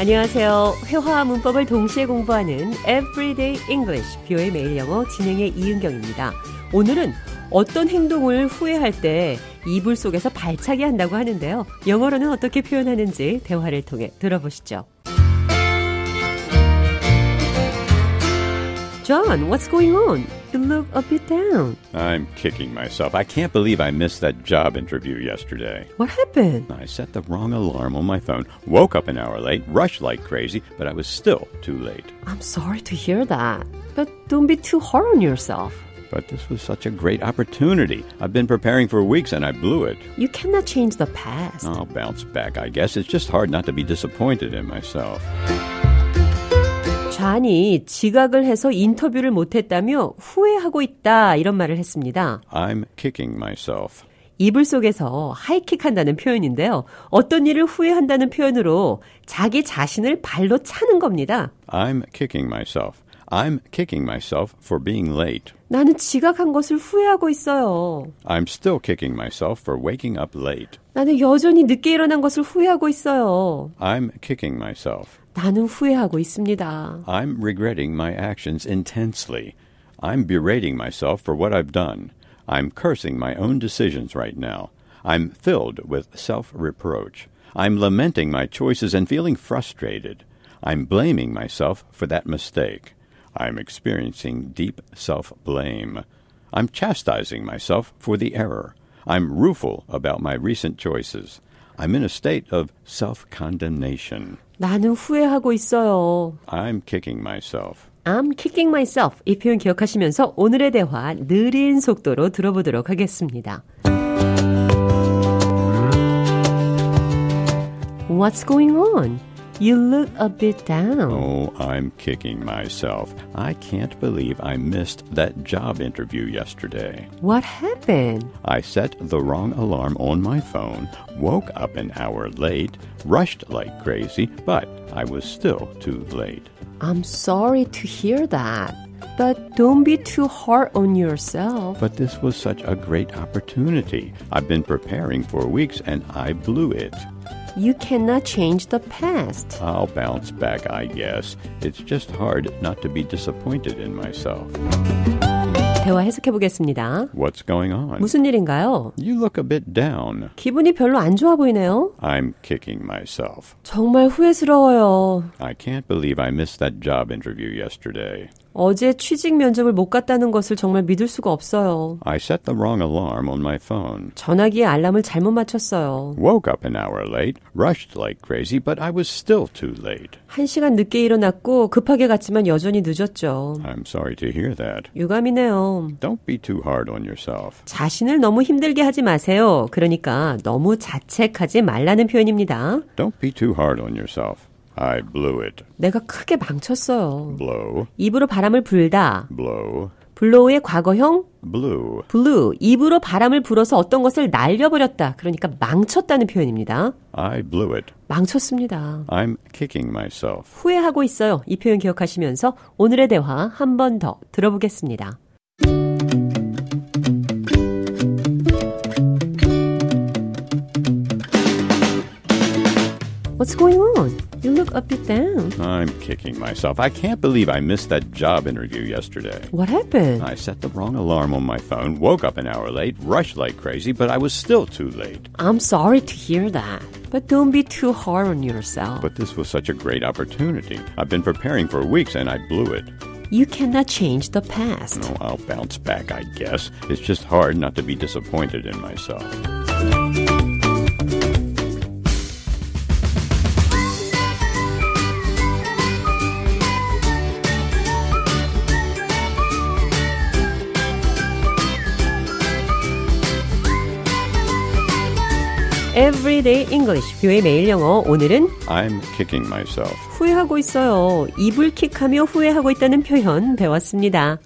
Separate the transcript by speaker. Speaker 1: 안녕하세요. 회화와 문법을 동시에 공부하는 Everyday English, 뷰의 매일 영어 진행의 이은경입니다. 오늘은 어떤 행동을 후회할 때 이불 속에서 발차기 한다고 하는데요. 영어로는 어떻게 표현하는지 대화를 통해 들어보시죠. John, what's going on? You look a bit down.
Speaker 2: I'm kicking myself. I can't believe I missed that job interview yesterday.
Speaker 1: What happened?
Speaker 2: I set the wrong alarm on my phone, woke up an hour late, rushed like crazy, but I was still too late.
Speaker 1: I'm sorry to hear that. But don't be too hard on yourself.
Speaker 2: But this was such a great opportunity. I've been preparing for weeks and I blew it.
Speaker 1: You cannot change the past.
Speaker 2: I'll bounce back, I guess. It's just hard not to be disappointed in myself.
Speaker 1: 잔이 지각을 해서 인터뷰를 못했다며 후회하고 있다 이런 말을 했습니다.
Speaker 2: I'm kicking myself.
Speaker 1: 이불 속에서 하이킥한다는 표현인데요. 어떤 일을 후회한다는 표현으로 자기 자신을 발로 차는 겁니다.
Speaker 2: I'm kicking myself. I'm kicking myself for being late.
Speaker 1: 나는 지각한 것을 후회하고 있어요.
Speaker 2: I'm still kicking myself for waking up late.
Speaker 1: 나는 여전히 늦게 일어난 것을 후회하고 있어요.
Speaker 2: I'm kicking myself.
Speaker 1: 나는 후회하고 있습니다.
Speaker 2: I'm regretting my actions intensely. I'm berating myself for what I've done. I'm cursing my own decisions right now. I'm filled with self reproach. I'm lamenting my choices and feeling frustrated. I'm blaming myself for that mistake. I'm experiencing deep self blame. I'm chastising myself for the error. I'm rueful about my recent choices. I'm in a state of self condemnation.
Speaker 1: 나는 후회하고 있어요.
Speaker 2: I'm kicking myself.
Speaker 1: I'm kicking myself. 이 표현 기억하시면서 오늘의 대화 느린 속도로 들어보도록 하겠습니다. What's going on? You look a bit down.
Speaker 2: Oh, I'm kicking myself. I can't believe I missed that job interview yesterday.
Speaker 1: What happened?
Speaker 2: I set the wrong alarm on my phone, woke up an hour late, rushed like crazy, but I was still too late.
Speaker 1: I'm sorry to hear that. But don't be too hard on yourself.
Speaker 2: But this was such a great opportunity. I've been preparing for weeks and I blew it.
Speaker 1: You cannot change the past.
Speaker 2: I'll bounce back, I guess. It's just hard not to be disappointed in myself.
Speaker 1: 대화 해석해 보겠습니다.
Speaker 2: What's going on?
Speaker 1: 무슨 일인가요?
Speaker 2: You look a bit down.
Speaker 1: 기분이 별로 안 좋아 보이네요.
Speaker 2: I'm kicking myself.
Speaker 1: 정말 후회스러워요.
Speaker 2: I can't believe I missed that job interview yesterday.
Speaker 1: 어제 취직 면접을 못 갔다는 것을 정말 믿을 수가 없어요.
Speaker 2: I set the wrong alarm on my phone.
Speaker 1: 전화기에 알람을 잘못 맞췄어요.
Speaker 2: Woke up an hour late, rushed like crazy, but I was still too late.
Speaker 1: 한 시간 늦게 일어났고 급하게 갔지만 여전히 늦었죠.
Speaker 2: I'm sorry to hear that.
Speaker 1: 유감이네요.
Speaker 2: Don't be too hard on yourself.
Speaker 1: 자신을 너무 힘들게 하지 마세요. 그러니까 너무 자책하지 말라는 표현입니다.
Speaker 2: Don't be too hard on yourself. I blew it.
Speaker 1: 내가 크게 망쳤어요.
Speaker 2: Blow,
Speaker 1: 입으로 바람을 불다.
Speaker 2: blow,
Speaker 1: 블로우의 과거형
Speaker 2: blew.
Speaker 1: 블루. 입으로 바람을 불어서 어떤 것을 날려버렸다. 그러니까 망쳤다는 표현입니다.
Speaker 2: I blew it.
Speaker 1: 망쳤습니다.
Speaker 2: I'm kicking myself.
Speaker 1: 후회하고 있어요. 이 표현 기억하시면서 오늘의 대화 한 번 더 들어보겠습니다. What's going on? You look a bit down.
Speaker 2: I'm kicking myself. I can't believe I missed that job interview yesterday.
Speaker 1: What happened?
Speaker 2: I set the wrong alarm on my phone, woke up an hour late, rushed like crazy, but I was still too late.
Speaker 1: I'm sorry to hear that. But don't be too hard on yourself.
Speaker 2: But this was such a great opportunity. I've been preparing for weeks and I blew it.
Speaker 1: You cannot change the past.
Speaker 2: No, I'll bounce back, I guess. It's just hard not to be disappointed in myself.
Speaker 1: Everyday English, 뷰의 매일 영어. 오늘은
Speaker 2: I'm kicking myself.
Speaker 1: 후회하고 있어요. 이불킥하며 후회하고 있다는 표현 배웠습니다.